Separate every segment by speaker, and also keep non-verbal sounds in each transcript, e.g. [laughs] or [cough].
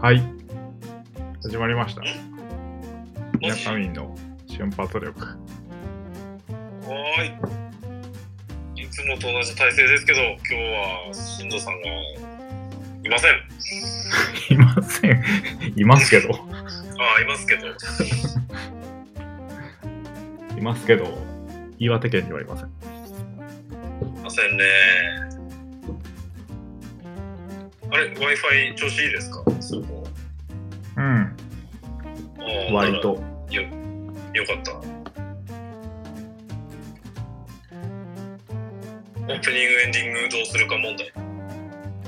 Speaker 1: はい。始まりました。皆さんの瞬発力。
Speaker 2: はーい。いつもと同じ体勢ですけど、今日は新藤さんがいません。
Speaker 1: いません。いますけど。
Speaker 2: ああ、いますけど。
Speaker 1: いますけど、岩手県にはいません。
Speaker 2: いませんね。あれ、Wi-Fi 調子いいですかそこ。
Speaker 1: うん、
Speaker 2: あー
Speaker 1: 割。と。
Speaker 2: よ、よかった。オープニング、エンディングどうするか問題。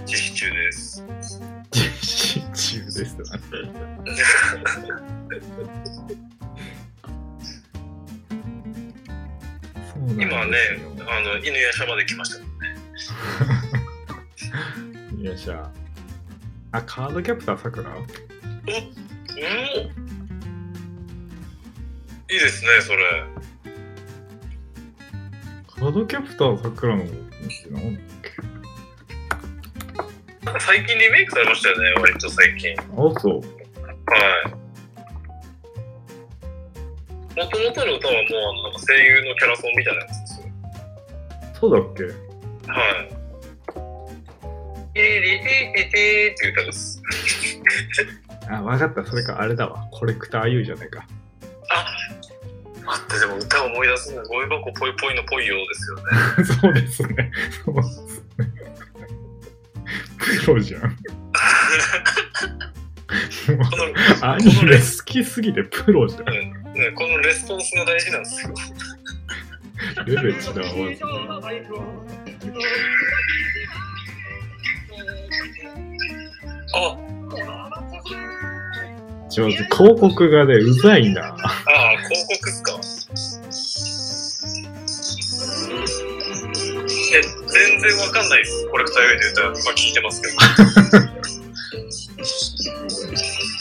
Speaker 2: 実施中です。
Speaker 1: 実施中です。そうなんですよ
Speaker 2: 今ね、あの、犬やしゃまで来ました。
Speaker 1: よっしゃ。あ、カードキャプターさくら
Speaker 2: うんいいですね、それ。
Speaker 1: カードキャプターさくらのなんだっけ
Speaker 2: なんか最近リメイクされましたよね、割と最近。は
Speaker 1: あ、そう。
Speaker 2: い。もともとの歌はもうあのなんか声優のキャラソンみたいなやつですよ。
Speaker 1: そうだっけ
Speaker 2: はい。リリリリリっていう歌です。
Speaker 1: あ、わかった。それか、あれだわ。コレクター U じゃないか。 [laughs]
Speaker 2: 待って、でも歌を思い出すのゴミ箱ぽいぽいのぽいようですよ
Speaker 1: そ
Speaker 2: ね。
Speaker 1: うですね。そうですね。プロじゃん。も
Speaker 2: この、
Speaker 1: うアニメ好きすぎてプロじゃ
Speaker 2: ね、このレスポンスが大事なんですよ。 [laughs]
Speaker 1: ん。レベチだわ。マジで
Speaker 2: あ、
Speaker 1: ちょっと広告がね、うざいな。
Speaker 2: ああ、広告っすか。え、全然わかんないです。コレクター U で歌う、まあ、聞いてますけど。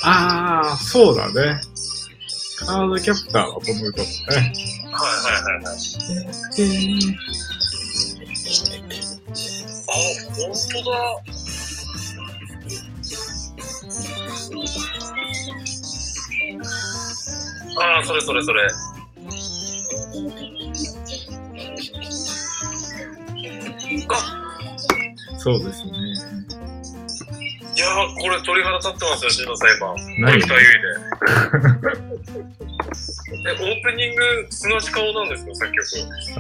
Speaker 1: ああ、そうだね。カードキャプターはこの歌だね。
Speaker 2: はいはいはいはい。あ、本当だ。ああ、それそれそれ。あ、
Speaker 1: そうですね。
Speaker 2: いやー、これ鳥肌立ってますよ、新藤さん今。コ
Speaker 1: 何
Speaker 2: レクター U で。 [laughs] え、オープニング、砂地顔なんですよ、作曲。
Speaker 1: え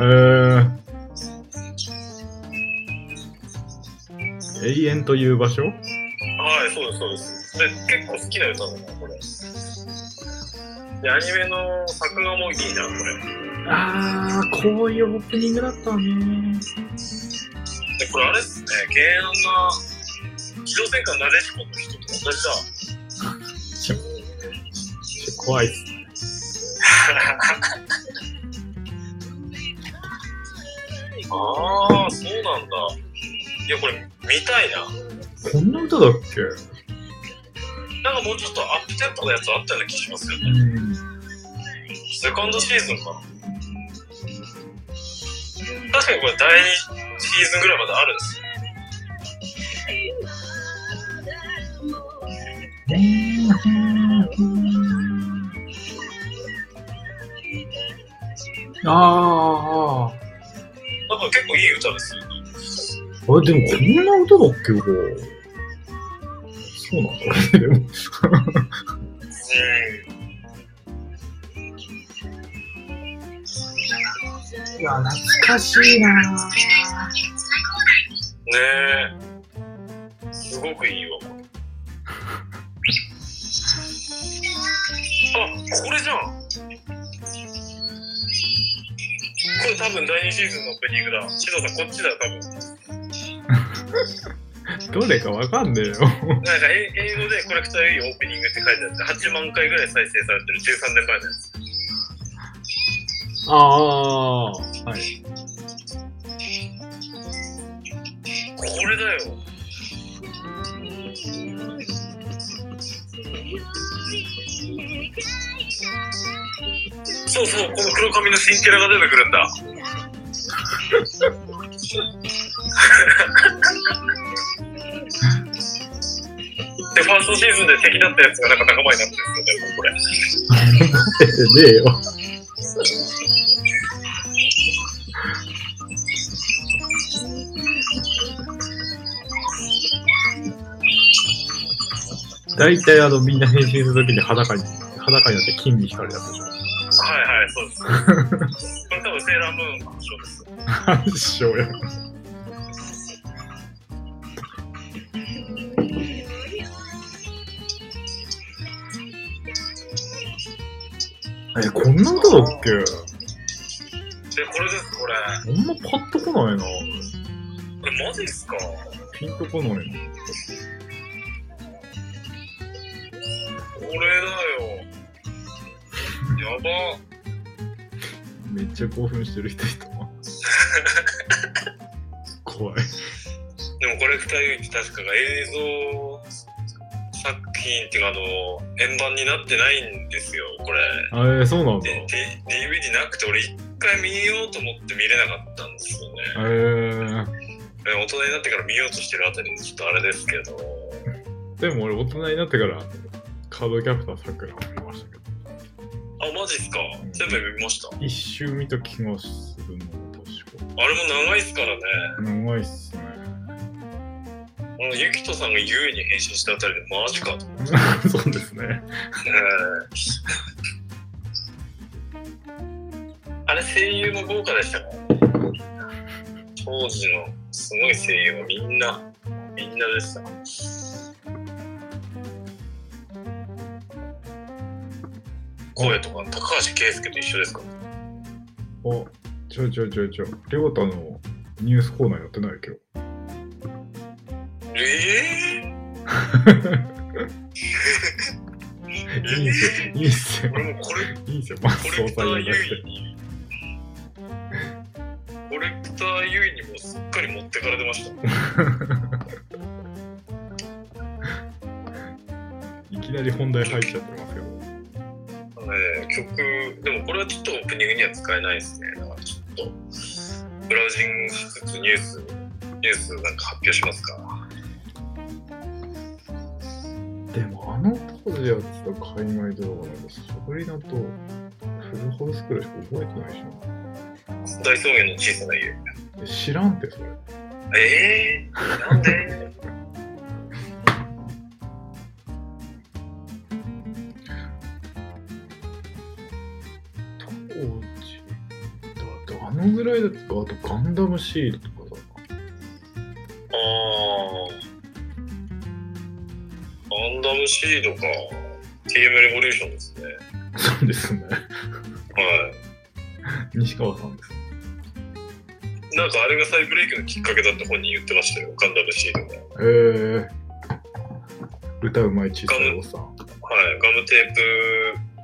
Speaker 1: ー、永遠という場所
Speaker 2: はい、そうです、そうです。で、結構好きな歌だな、これ。で、アニメの作画もいいな、これ。
Speaker 1: ああ、こういうオープニングだったね。
Speaker 2: で、これあれっすね、原案が、機動戦艦ナレシコの人と同じだ。
Speaker 1: 怖いっす。
Speaker 2: ああ、そうなんだ。いや、これ見たいな。
Speaker 1: こんな歌だっけ
Speaker 2: なんかもうちょっとアップテンポのやつあったような気しますよね。
Speaker 1: うん。
Speaker 2: セカンドシーズンかな。確かにこれ第2シーズンぐらいまであるんですよ。
Speaker 1: ああ。
Speaker 2: なんか結構いい歌ですよ。
Speaker 1: あれ、でもこんな歌だっけか。そうなんだ。でも、
Speaker 2: うん。
Speaker 1: いや、懐かしいな
Speaker 2: ねえすごくいいわこれ [laughs] あこれじゃんこれ多分第2シーズンのオープニングだ獅童さんこっちだ多 [laughs] 分
Speaker 1: どれかわかんねえよ。
Speaker 2: なんかえ英語でコレクター U オープニングって書いてあって8万回ぐらい再生されてる13年前のやつ
Speaker 1: ああ。はい。
Speaker 2: これだよそうそうこの黒髪の新キャラが出てくるんだで、ファーストシーズンで敵だったやつがなんか仲間になってるんですよね、もうこれ。
Speaker 1: ねえよ。大体あのみんな変身するときに裸に裸になって金に光るやつでしょ。
Speaker 2: はいはい、そ
Speaker 1: [laughs]
Speaker 2: うです。これ多分セーラームーンの発祥です。
Speaker 1: 何しようや。え、こんな歌だっけ
Speaker 2: で、これです、これ。
Speaker 1: あんまパッとこないな。
Speaker 2: これマジですかこ
Speaker 1: ピンとこないな。
Speaker 2: れだよ。やば。
Speaker 1: めっちゃ興奮してる人いた
Speaker 2: [laughs]
Speaker 1: わ。怖い。
Speaker 2: でもこれ二人って確かが映像作品っていうかあの円盤になってないんですよこれ
Speaker 1: えー、そうなんだ。
Speaker 2: で、D、DVD なくて俺一回見ようと思って見れなかったんですよね
Speaker 1: えー、
Speaker 2: で大人になってから見ようとしてるあたりでちょっとあれですけど
Speaker 1: でも俺大人になってからカードキャプターさくら見ましたけど、
Speaker 2: あマジっすか
Speaker 1: うん
Speaker 2: 全部見ましたあ
Speaker 1: 一周見た気がするの、確
Speaker 2: れも長いっすからね
Speaker 1: か。長いっすね。 [laughs]
Speaker 2: あのゆきとさんが優位に変身したあたりでマジかと思って
Speaker 1: そうですね。
Speaker 2: あれ声優も豪華でしたからね当時のすごい声優はみんなみんなでした声とか高橋圭介と一緒ですか
Speaker 1: お、ちょいちょいちょいちょい。レオタのニュースコーナーやってない今
Speaker 2: [laughs]
Speaker 1: 日。
Speaker 2: ええ
Speaker 1: いいっすよ、いいっすよ。
Speaker 2: 俺もこれ
Speaker 1: いいっすよ、マス
Speaker 2: コ
Speaker 1: 総
Speaker 2: レクタ
Speaker 1: 裁や
Speaker 2: ー優
Speaker 1: なく
Speaker 2: 位にコレクター優位にもすっかり持ってかれてました
Speaker 1: て。 [laughs] いきなり本題入っちゃってますけど。
Speaker 2: えー曲でもこれはちょっとオープニングには使えないですねだからちょっとブラウジングしつつニュースニュースなんか発表しますか
Speaker 1: でもあの当時やってた海外ドラマなんかサブリナとフルハウスくらいしか覚えてないし
Speaker 2: 大草原の小さな家
Speaker 1: なえ知らんってそれ
Speaker 2: ええー、なんで
Speaker 1: 当時だってあのぐらいだとかあとガンダムシールとか
Speaker 2: ああガンダムシードか TM レボリューションですね
Speaker 1: さそうです [laughs] ね
Speaker 2: は
Speaker 1: 西川さんです
Speaker 2: いなんかあれが再ブレイクのきっかけだって本人言ってましたよガンダムシードが
Speaker 1: へえ歌うまい小さいおっさ [laughs] ん
Speaker 2: はいガムテ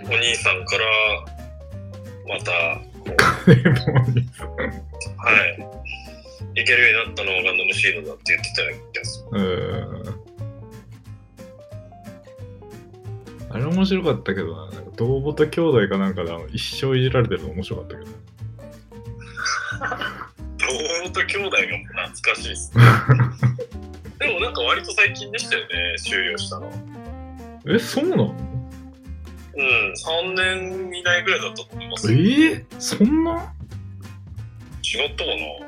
Speaker 2: ープお兄さんからまた
Speaker 1: でも
Speaker 2: はい。いけるようになったのはガンダムシードだって言ってたような気がする。
Speaker 1: うーんあれ面白かったけどな、なんか、堂本兄弟かなんかであの一生いじられてるの面白かったけど。
Speaker 2: 堂本兄弟が懐かしいですね。でもなんか割と最近でしたよね、終了したの。うん、
Speaker 1: え、そうなの
Speaker 2: 3年以内ぐらいだったと思います。違
Speaker 1: え
Speaker 2: っ
Speaker 1: ー、そんな
Speaker 2: たかな
Speaker 1: そ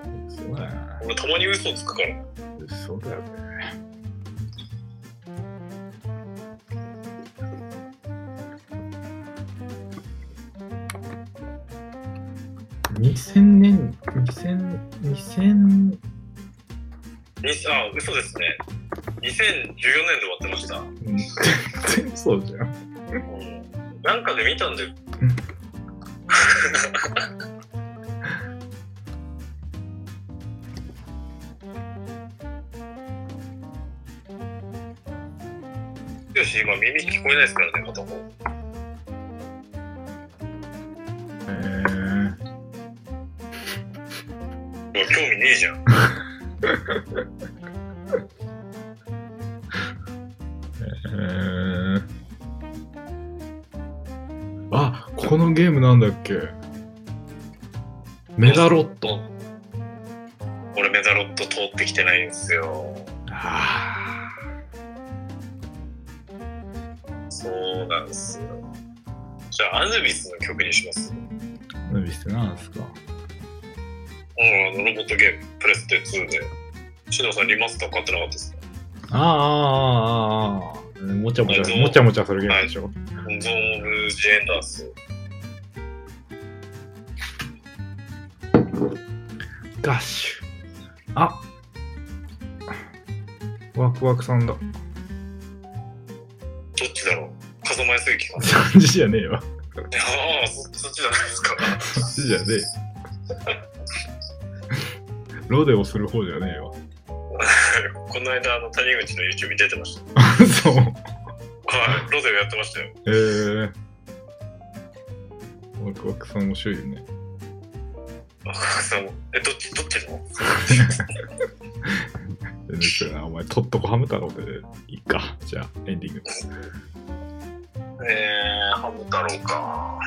Speaker 1: うだよね。
Speaker 2: 俺たまに嘘つくから。
Speaker 1: そうだよね。2000年、2000、2000、
Speaker 2: にあ、嘘ですね。2014年で終わってました。
Speaker 1: うん全然そうじゃん。
Speaker 2: うん、なんかで見たんで。 [laughs] よし、今耳聞こえないですからね、片方。
Speaker 1: え
Speaker 2: もう興味ねえじゃん。
Speaker 1: ー、えー。あ、このゲームなんだっけメダロット。
Speaker 2: 俺メダロット通ってきてないんですよ。
Speaker 1: ああ。
Speaker 2: そうなんですよ。じゃあ、アヌビスの曲にします。うん、
Speaker 1: アヌビスって何ですか
Speaker 2: あの、ロボットゲーム、プレステ2で。シノさん、リマスター買ってなかったですか
Speaker 1: ああああああああもちゃもちゃもちゃもちゃするゲームでしょ、
Speaker 2: ゾーン・オブ・ジ・エンダース。
Speaker 1: ダッシュあワクワクさんだ
Speaker 2: どっちだろう風間康之か。
Speaker 1: [laughs] 感じじゃねえわ [laughs]
Speaker 2: ああ、そそっちじゃないですか。
Speaker 1: そっちじゃねえロデオする方じゃねえ [laughs] わ
Speaker 2: この間、あの、谷口の YouTube に出てました。
Speaker 1: そう
Speaker 2: はい、ロゼがやってましたよ。
Speaker 1: えー、ワクワクさん面白いよね
Speaker 2: あそうえ、どっち、どっちの
Speaker 1: 全然強いなお前とっとこはめたのでいいかじゃあエンディング
Speaker 2: えー、ハム太郎か。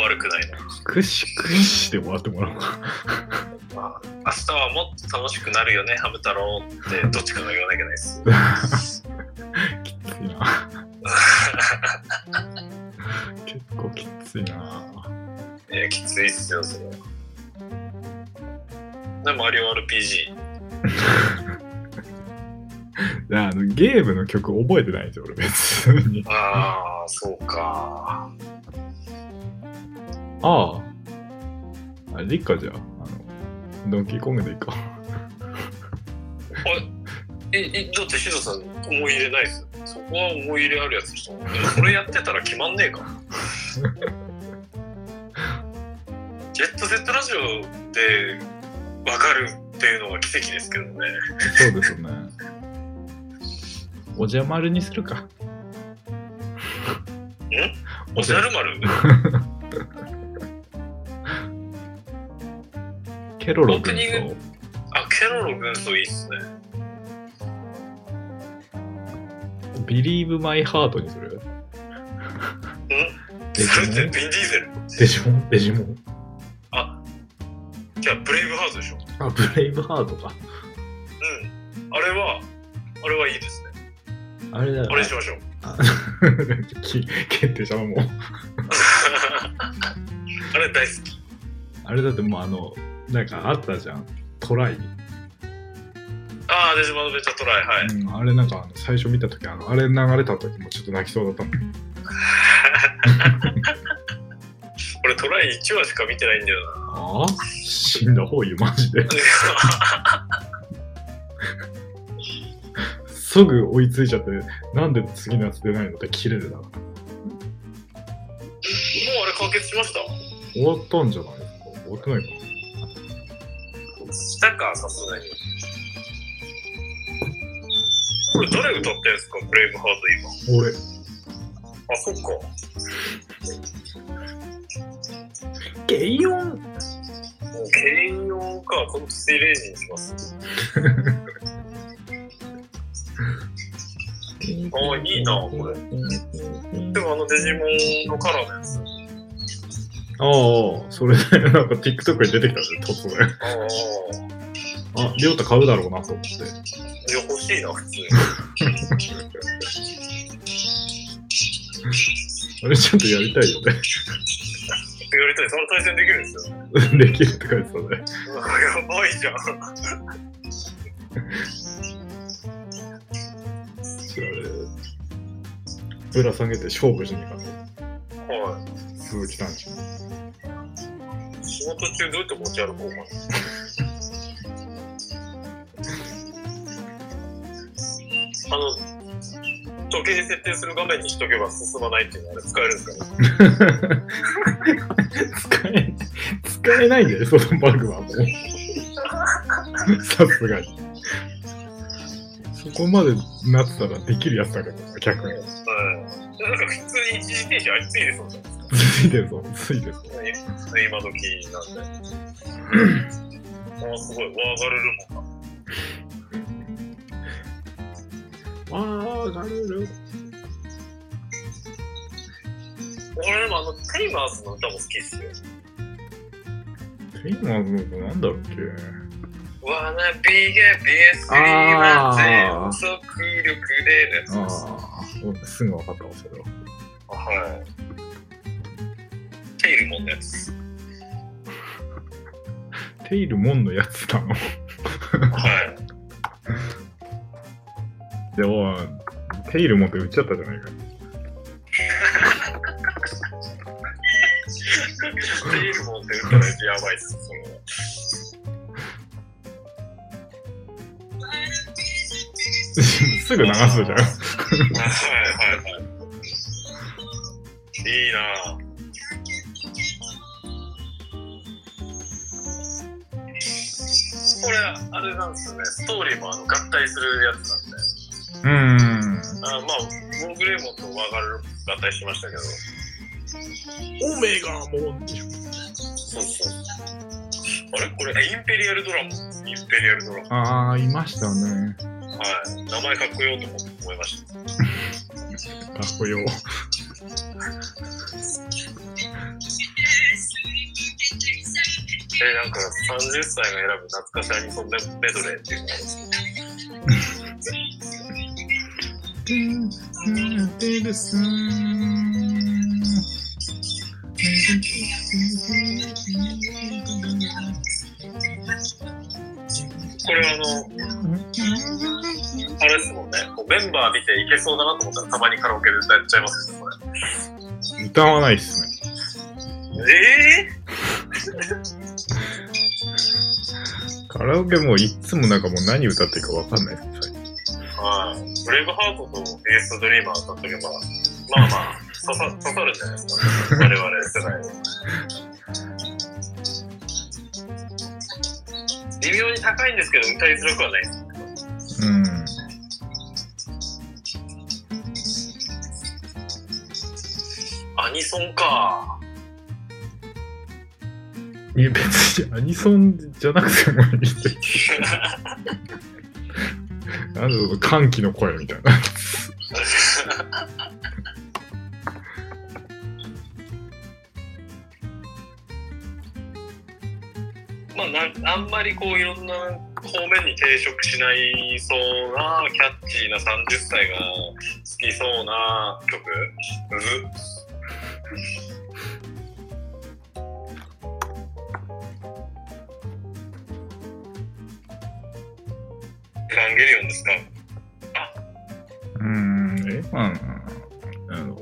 Speaker 2: 悪くないな。
Speaker 1: くしくしで終わってもらおうか
Speaker 2: まあ、明日はもっと楽しくなるよね、ハム太郎って、どっちかが言わなきゃいけないです。
Speaker 1: [laughs] きついな結構きついな
Speaker 2: えー、きついっすよ、それは。で、マリオ RPG。
Speaker 1: いやあのゲームの曲覚えてないんですよ俺別に
Speaker 2: ああ、そうか。
Speaker 1: あああれでいいかじゃああのドンキーコングでいいか
Speaker 2: え、え、だってシドさん、思い入れないっすよ。そこは思い入れあるやつでしょ。でも、それやってたら決まんねえか。 [laughs] ジェットセットラジオで分かるっていうのは奇跡ですけどね。
Speaker 1: そうですよねおじゃまるにするか
Speaker 2: おじゃる丸
Speaker 1: ケロロ君
Speaker 2: オープニン
Speaker 1: と
Speaker 2: あ、ケロロ軍曹いいっすね。
Speaker 1: ビリーブマイハートにするデ
Speaker 2: それ
Speaker 1: ジ
Speaker 2: っ
Speaker 1: モ
Speaker 2: てビン
Speaker 1: ン
Speaker 2: ディーゼル
Speaker 1: [laughs] デジモンデジモン
Speaker 2: じゃあ、ブレイブハーツでしょ。
Speaker 1: あブレイブハートか
Speaker 2: うん。あれは、あれはいいですね。
Speaker 1: あれだよ
Speaker 2: あれにしましょう。 [laughs]
Speaker 1: あ [laughs] き決定したわもう
Speaker 2: あれ大好き。
Speaker 1: あれだってもうあのなんかあったじゃんトライ、
Speaker 2: ああ、デジモンアドベンチャートライ、はい。
Speaker 1: うん、あれなんかあの最初見た時あのあれ流れた時もちょっと泣きそうだったもん
Speaker 2: 俺トライ1話しか見てないんだよな。
Speaker 1: ああ死んだ方がいいよマジですぐ追いついちゃってなんで次のやつ出ないのって切れてたから
Speaker 2: もうあれ完結しました
Speaker 1: 終わったんじゃないですか終わってないか
Speaker 2: したか、さすがに。これ誰歌ってるんですか、ブレイブハート今。
Speaker 1: な俺
Speaker 2: あ、そっか。
Speaker 1: ゲイオン
Speaker 2: もう兼用か、この水レジにします。ああ、いいな、これ。でもあのデジモンのカラーのやつ。
Speaker 1: ああそれでなんか TikTok に出てきたんで突然
Speaker 2: ああ、
Speaker 1: ありょうた買うだろうなと思って
Speaker 2: いや、欲しいな、普通に。
Speaker 1: あれちょっとやりたいよね [laughs]
Speaker 2: やりたい、その対戦できるんですよ。 [laughs]
Speaker 1: できるって書いてたね
Speaker 2: うわやばいじゃん。
Speaker 1: 違うぶら下げて勝負しに行かない
Speaker 2: は
Speaker 1: 鈴木さんちに
Speaker 2: い。仕事中どうやって持ち歩こうかな。あの、時計で設定する画面にしとけば進まないっていうのはあれ使えるんです
Speaker 1: 使
Speaker 2: かね。
Speaker 1: え使えないんだよそのバグはもうさすがにそこまでなってたらできるやつだけど逆に
Speaker 2: うん。なんか普通に一時停止ありついてそうじゃん。
Speaker 1: ついてるぞついてるぞ
Speaker 2: 今時なんで。あ、すごい、ワーガルルモンか。
Speaker 1: わあガルル
Speaker 2: 俺でもあの、テイマーズの歌も好きっすよ。
Speaker 1: テイマーズの子なんだろうっけ
Speaker 2: Wanna be a BS には全速力でのやつです。
Speaker 1: あおすぐ分かったわ、それは。
Speaker 2: はい。テイルモンのやつです。
Speaker 1: テイルモンのやつなの。 [laughs]
Speaker 2: はい。
Speaker 1: でも、テイルモンって打っちゃったじゃないか。 [laughs]
Speaker 2: テイルモンって打ったらやばいです。その
Speaker 1: すぐ流すじゃん。
Speaker 2: はいはいはい。いいなぁ。これ、あれなんですね。ストーリーもあの合体するやつなん
Speaker 1: う
Speaker 2: で。
Speaker 1: ーん。
Speaker 2: あまあ、モーグレイモンとワーガル合体しましたけど。
Speaker 1: オメガモンでしょ。
Speaker 2: そうそう。あれこれ、えインペリアルドラゴンですインペリアルドラゴ
Speaker 1: ああ、いましたね。
Speaker 2: ン。はい。名前かっこよいと思って思いました。
Speaker 1: かっこよ。
Speaker 2: え、なんか30歳が選ぶ懐かしアニソンメドレーっていうのがあるんですこれあの、あれですもんね、こうメンバー見ていけそうだなと思ったらたまにカラオケで歌っちゃいますよね、こ
Speaker 1: 歌わないっすね。
Speaker 2: れ。え
Speaker 1: カラオケもういっつもなんかもう何歌っていいかわかんないです。最近
Speaker 2: ぇ、はい。ブレイブハートとビーストドリーマー歌っとけば、まあまあ、刺さ刺さるんじゃないですか、我々世代は。微妙に高いんですけど、歌いづらくはないです。
Speaker 1: うん。
Speaker 2: アニソンか。
Speaker 1: いや別にアニソンじゃなくてもいいって。なんだろう、歓喜の声みたいな。
Speaker 2: まあ、なあんまりこういろんな方面に抵触しないそうなキャッチーな30歳が好きそうな曲むずっエヴァンゲリオンですか [laughs]
Speaker 1: うーん、え、まあ、あの、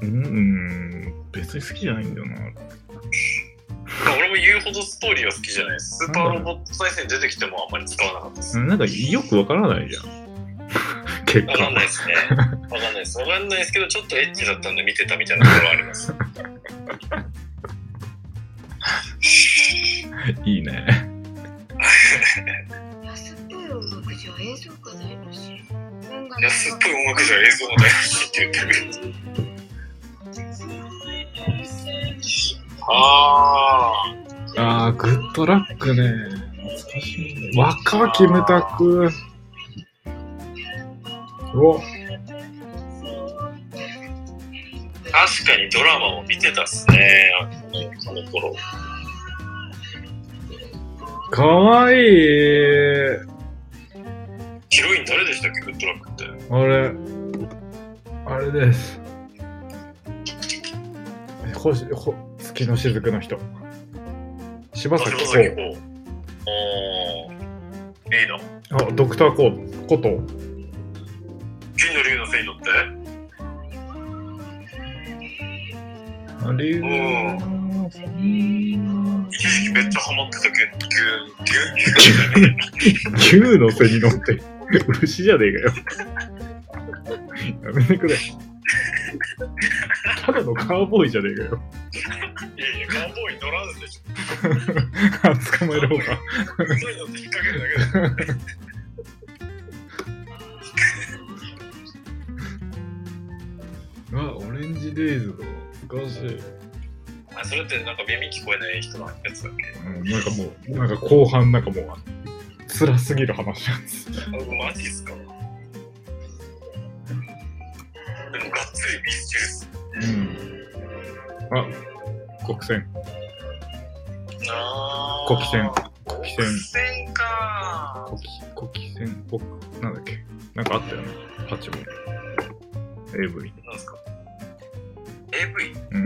Speaker 1: うんうん、別に好きじゃないんだよな。
Speaker 2: まあ俺も言うほどストーリーは好きじゃないですスーパーロボット対戦出てきてもあんまり使わなかったです
Speaker 1: うんなんかよくわからないじゃ [laughs] ん。結
Speaker 2: わかん
Speaker 1: 果
Speaker 2: ない。ですね。わかんないです。わかんないですけど、ちょっとエッチだったんで見てたみたいなところはあります。
Speaker 1: いいね。
Speaker 3: 安っぽい音楽じゃ映像がないらしい。音楽
Speaker 2: 安っぽい音楽じゃ映像もないしって言ってる。ああ。
Speaker 1: ああ、グッドラックね。懐かしいね。若きムタク。お、
Speaker 2: 確かにドラマも見てたっすね。あのあの頃。
Speaker 1: かわいい。
Speaker 2: ヒロイン誰でしたっけ、グッドラックって。
Speaker 1: あれ、あれです。え星、ほ月の雫の人。柴
Speaker 2: あ、
Speaker 1: 咲
Speaker 2: 島
Speaker 1: コ
Speaker 2: 崎
Speaker 1: ウ。
Speaker 2: こう。おー。いいな。
Speaker 1: あ、ドクターコウこと。
Speaker 2: 金の竜の背に乗って。
Speaker 1: あれ
Speaker 2: 一時期めっちゃハマってたけど、牛、牛、牛。
Speaker 1: 牛の背に乗って、牛じゃねえかよ。やめてくれ。ただのカウボーイじゃねえかよ。
Speaker 2: いやいや、カウボーイ乗らんでしょ。
Speaker 1: あ捕まえる方が。
Speaker 2: そういうのって引っ掛けるだけだから。
Speaker 1: あ、オレンジデイズだ。懐かしい。
Speaker 2: あそれってなんか耳聞こえない人のやつだっけ
Speaker 1: うんなんかもう、なんか後半、なんかもう、辛すぎる話なんです。
Speaker 2: あマジっすかでもがっつりビスチルっす
Speaker 1: うん。あ、国戦、
Speaker 2: あ
Speaker 1: 国戦、
Speaker 2: 国
Speaker 1: 戦
Speaker 2: 戦か
Speaker 1: 国、国戦、国、なんだっけ。なんかあったよね。パチも。 AV。
Speaker 2: なんすか ?AV?
Speaker 1: うん。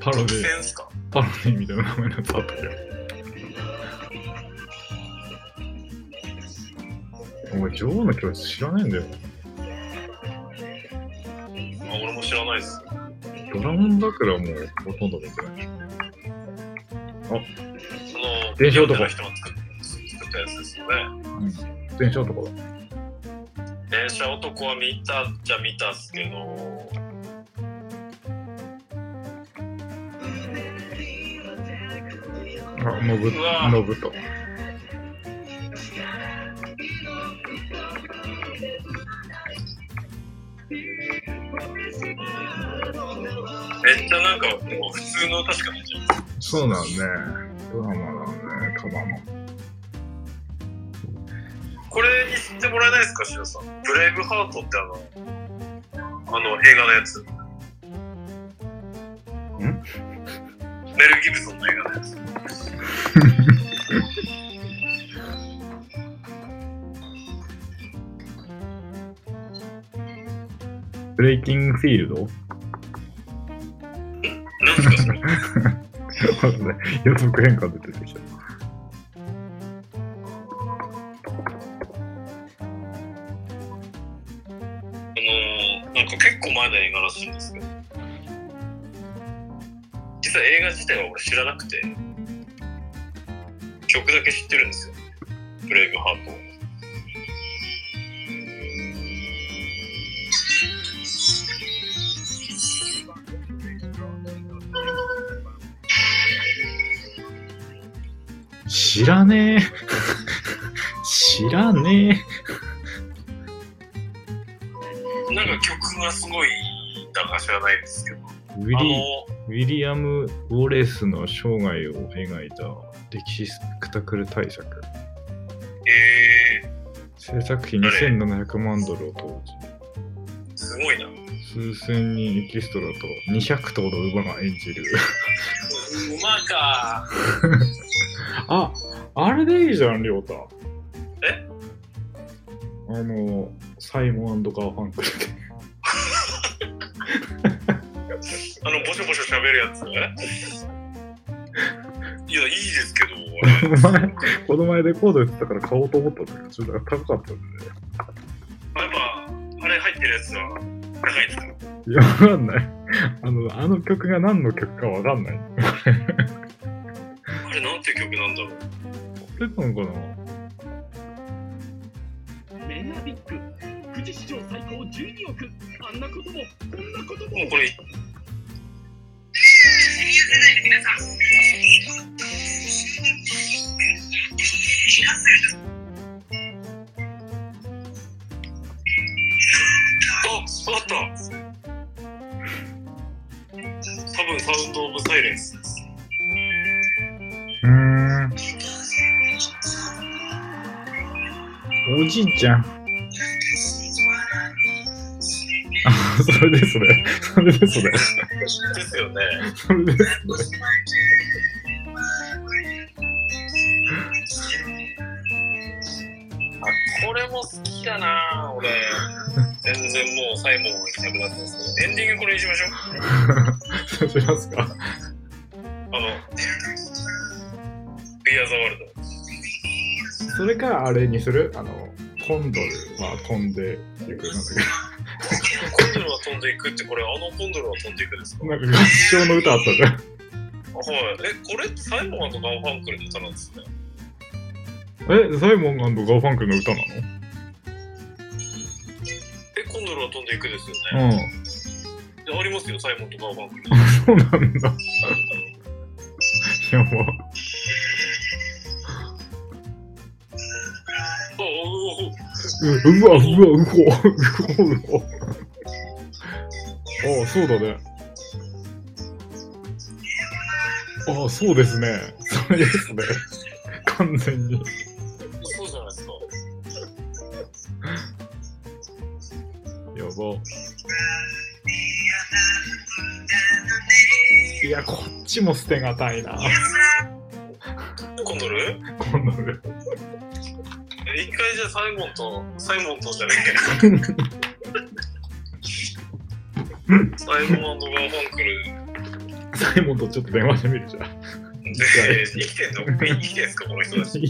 Speaker 1: パロ
Speaker 2: 特
Speaker 1: ディ、
Speaker 2: 選っすか
Speaker 1: パロディみたいな名前のやつあったけど。俺、女王の教室知らないんだよ。
Speaker 2: あ俺も知らないっす。
Speaker 1: ドラゴン桜はもうほとんど見てない。
Speaker 2: その、
Speaker 1: 電車男
Speaker 2: 読んでる人が作った作ったやつですよね。
Speaker 1: うん。電車男だ。
Speaker 2: 電車男は見たっちゃ見たっすけど、
Speaker 1: あ、のぶ、
Speaker 2: うわ
Speaker 1: のぶと。
Speaker 2: めっちゃなんかもう普通の歌しかないじゃん。
Speaker 1: そうなんね。ドラマだね、カバー
Speaker 2: これに知ってもらえないですか、しのさん。ブレイブハートってあの、あの映画のやつ。
Speaker 1: ん
Speaker 2: メル・ギブソンの映画のやつ。
Speaker 1: の。ブレイキングフィールド [laughs]
Speaker 2: なんですか、それ。
Speaker 1: まずね、予測変化で出てきた。
Speaker 2: あのー、なんか結構前の映画らしいんですけど。実は映画自体は俺知らなくて、曲だけ知ってるんですよ。ブレイブハートを。
Speaker 1: 知らねえ。知らね
Speaker 2: なんか曲がすごいだか知らないですけど。
Speaker 1: え。ウィリ
Speaker 2: あの
Speaker 1: ーウィリアム・ウォレスの生涯を描いた歴史スペクタクル大作。
Speaker 2: え
Speaker 1: 制作費2700万ドルを投
Speaker 2: ー、すごいな。
Speaker 1: じ、数千人エキストラと200頭の馬が演じる。
Speaker 2: 馬か。
Speaker 1: あ、あれでいいじゃん、りょうた。
Speaker 2: え
Speaker 1: あの、サイモンガーファンクルで。
Speaker 2: あの、ぼしょぼしょ喋るやつ。いや、いいですけど、俺
Speaker 1: 前、この前レコードやってたから買おうと思ったんだけど、ちょっと高かったんで。
Speaker 2: やっぱ、あれ入ってるやつは、高いですか
Speaker 1: いや、わかんない。あの、あの曲が何の曲かわかんない。
Speaker 2: あれ、なんて曲なんだろう。
Speaker 1: これなのかな
Speaker 4: メナビック富士史上最高12億あんなこともこんなことも
Speaker 2: もうこれ、あ、わかった多分、サウンド・オブ・サイレンスです。
Speaker 1: うーん。おじいちゃん。あ、 [laughs] それですね。それですね。
Speaker 2: ですよね。
Speaker 1: それです [laughs] ね。
Speaker 2: あこれも好きだな俺全然もうサイモン行きたくなったんですけどエンディングこれにしましょう
Speaker 1: そうしますか。
Speaker 2: あの [laughs] 「We Are the World
Speaker 1: それか、あれにするあの、コンドルは飛んでいく。なんだっ」
Speaker 2: コンドルは飛んでいくってこれあのコンドルは飛んでいくですか
Speaker 1: けなんか合唱の歌あったじゃん。
Speaker 2: はいえこれサイモンとガンファンクルの歌なんですね
Speaker 1: え、サイモンガーファンクルの歌な
Speaker 2: えコンドルは飛んでいくですよ
Speaker 1: の
Speaker 2: ね、
Speaker 1: うん。
Speaker 2: でありますよサイモンとガンファンクル
Speaker 1: そうなんだ。やば。
Speaker 2: あおお
Speaker 1: ううわ、うわ、うほ、うほ、うほ。ああ、そうだね。ああ、そうですね。それですね。完全に。
Speaker 2: そうじゃないですか
Speaker 1: やば。いや、こっちも捨てがたいな。
Speaker 2: コンドル
Speaker 1: こんなの。
Speaker 2: え一回じゃあサイモンとサイモンとじゃねサイモンガーファンクル
Speaker 1: サイモンとちょっと電話してみるじゃん。
Speaker 2: で生きてんの生きてんすかこの人たち。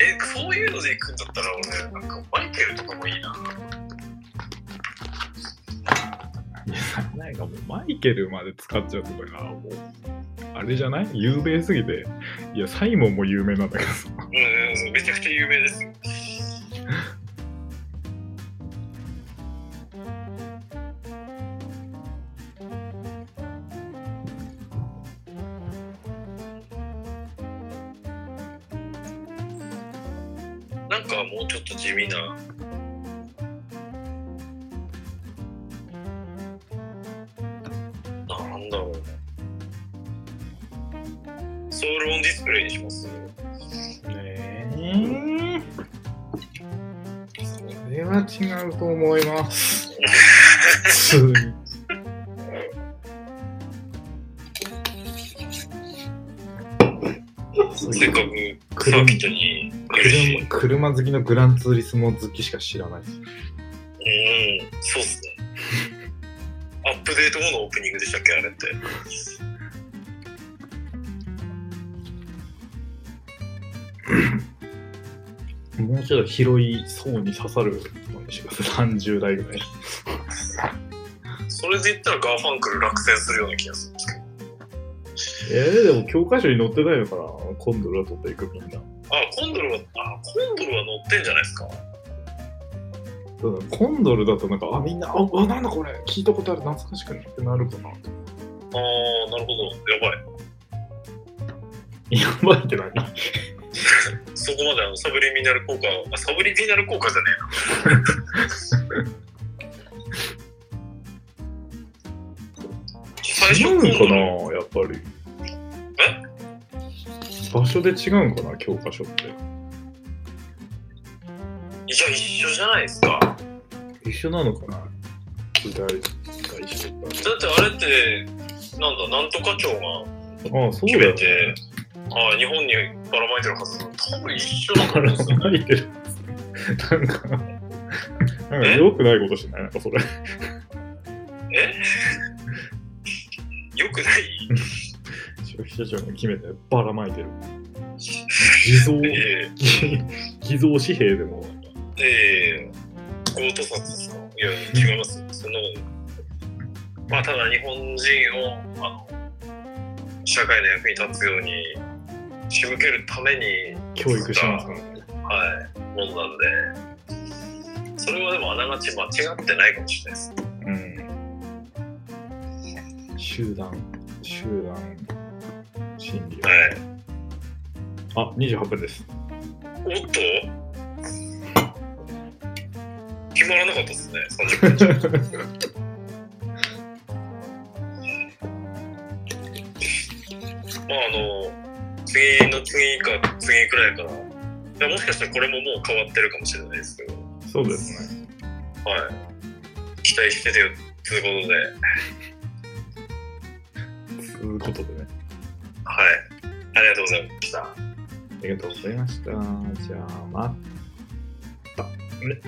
Speaker 2: え、そういうので行くんだったら俺、なんかマイケルとかもいいな。
Speaker 1: なんかもうマイケルまで使っちゃうとかがもうあれじゃない有名すぎていやサイモンも有名なんだけどさ
Speaker 2: うんうん、めちゃくちゃ有名ですよ。なんかもうちょっと地味な。なんだろうな。ソウルオンディスプレイにします
Speaker 1: ねえそれは違うと思います普通に
Speaker 2: せっかくサーキットにい
Speaker 1: [laughs]
Speaker 2: るし。
Speaker 1: 車車好きのグランツーリスモ好きしか知らないです
Speaker 2: うん、そうっすね。 [laughs] アップデート後のオープニングでしたっけ、あれって。
Speaker 1: もうちょっと広い層に刺さるのにしてください30代ぐらい
Speaker 2: それで言ったらガーファンクル落選するような気がするんですけど。
Speaker 1: えー、でも教科書に載ってないのかなコンドルは取っていくみんな
Speaker 2: あ、コンドルは、あ、コンドルは乗ってんじゃないですか。
Speaker 1: ただコンドルだとなんかあみんなああなんだこれ聞いたことある懐かしくなってなるかな
Speaker 2: ああ、なるほど。やばい。
Speaker 1: やばいってないな
Speaker 2: そこまであのサブリミナル効果を、あサブリミナル効果じゃね
Speaker 1: [laughs]
Speaker 2: えな。最初
Speaker 1: 違うん
Speaker 2: コ
Speaker 1: か
Speaker 2: ンド
Speaker 1: な
Speaker 2: ル
Speaker 1: やっぱり場所で違うんかな教科書って
Speaker 2: いや、一緒じゃないですか。だ
Speaker 1: 一緒なのかな時代が一緒だ
Speaker 2: ってあれって、なんだ、なんとか庁が
Speaker 1: ああそう
Speaker 2: 決
Speaker 1: だ
Speaker 2: め
Speaker 1: よ、
Speaker 2: て
Speaker 1: ね、、
Speaker 2: あ日本にばらまいてるはず多分一緒だと
Speaker 1: あ
Speaker 2: 思うん
Speaker 1: れ
Speaker 2: ですよね。
Speaker 1: 書いてるなんかなんか
Speaker 2: え
Speaker 1: 良くないことしないなんかそれ [laughs]
Speaker 2: よくない
Speaker 1: 消費者庁が決めてばらまいてる偽造
Speaker 2: え
Speaker 1: 偽造紙幣でもなんか
Speaker 2: えええ強盗殺ですかいや、違いますよ。その、まあ、ただ日本人を、あの、社会の役に立つように、仕向けるために、
Speaker 1: 教育しますからね
Speaker 2: はい、ものなんで、それはでもあながち間違ってないかもしれないです。
Speaker 1: うん集団、集団心理。
Speaker 2: はい。
Speaker 1: あ、28分です。
Speaker 2: おっと決まらなかったですね、30分じゃ。まあ、あの、次の次か、次くらいから、いやもしかしたらこれももう変わってるかもしれないですけど、
Speaker 1: そうですね。
Speaker 2: はい。期待しててよ、ということで、
Speaker 1: ということでね。
Speaker 2: はい。ありがとうございました。
Speaker 1: ありがとうございました。じゃあ、また。ね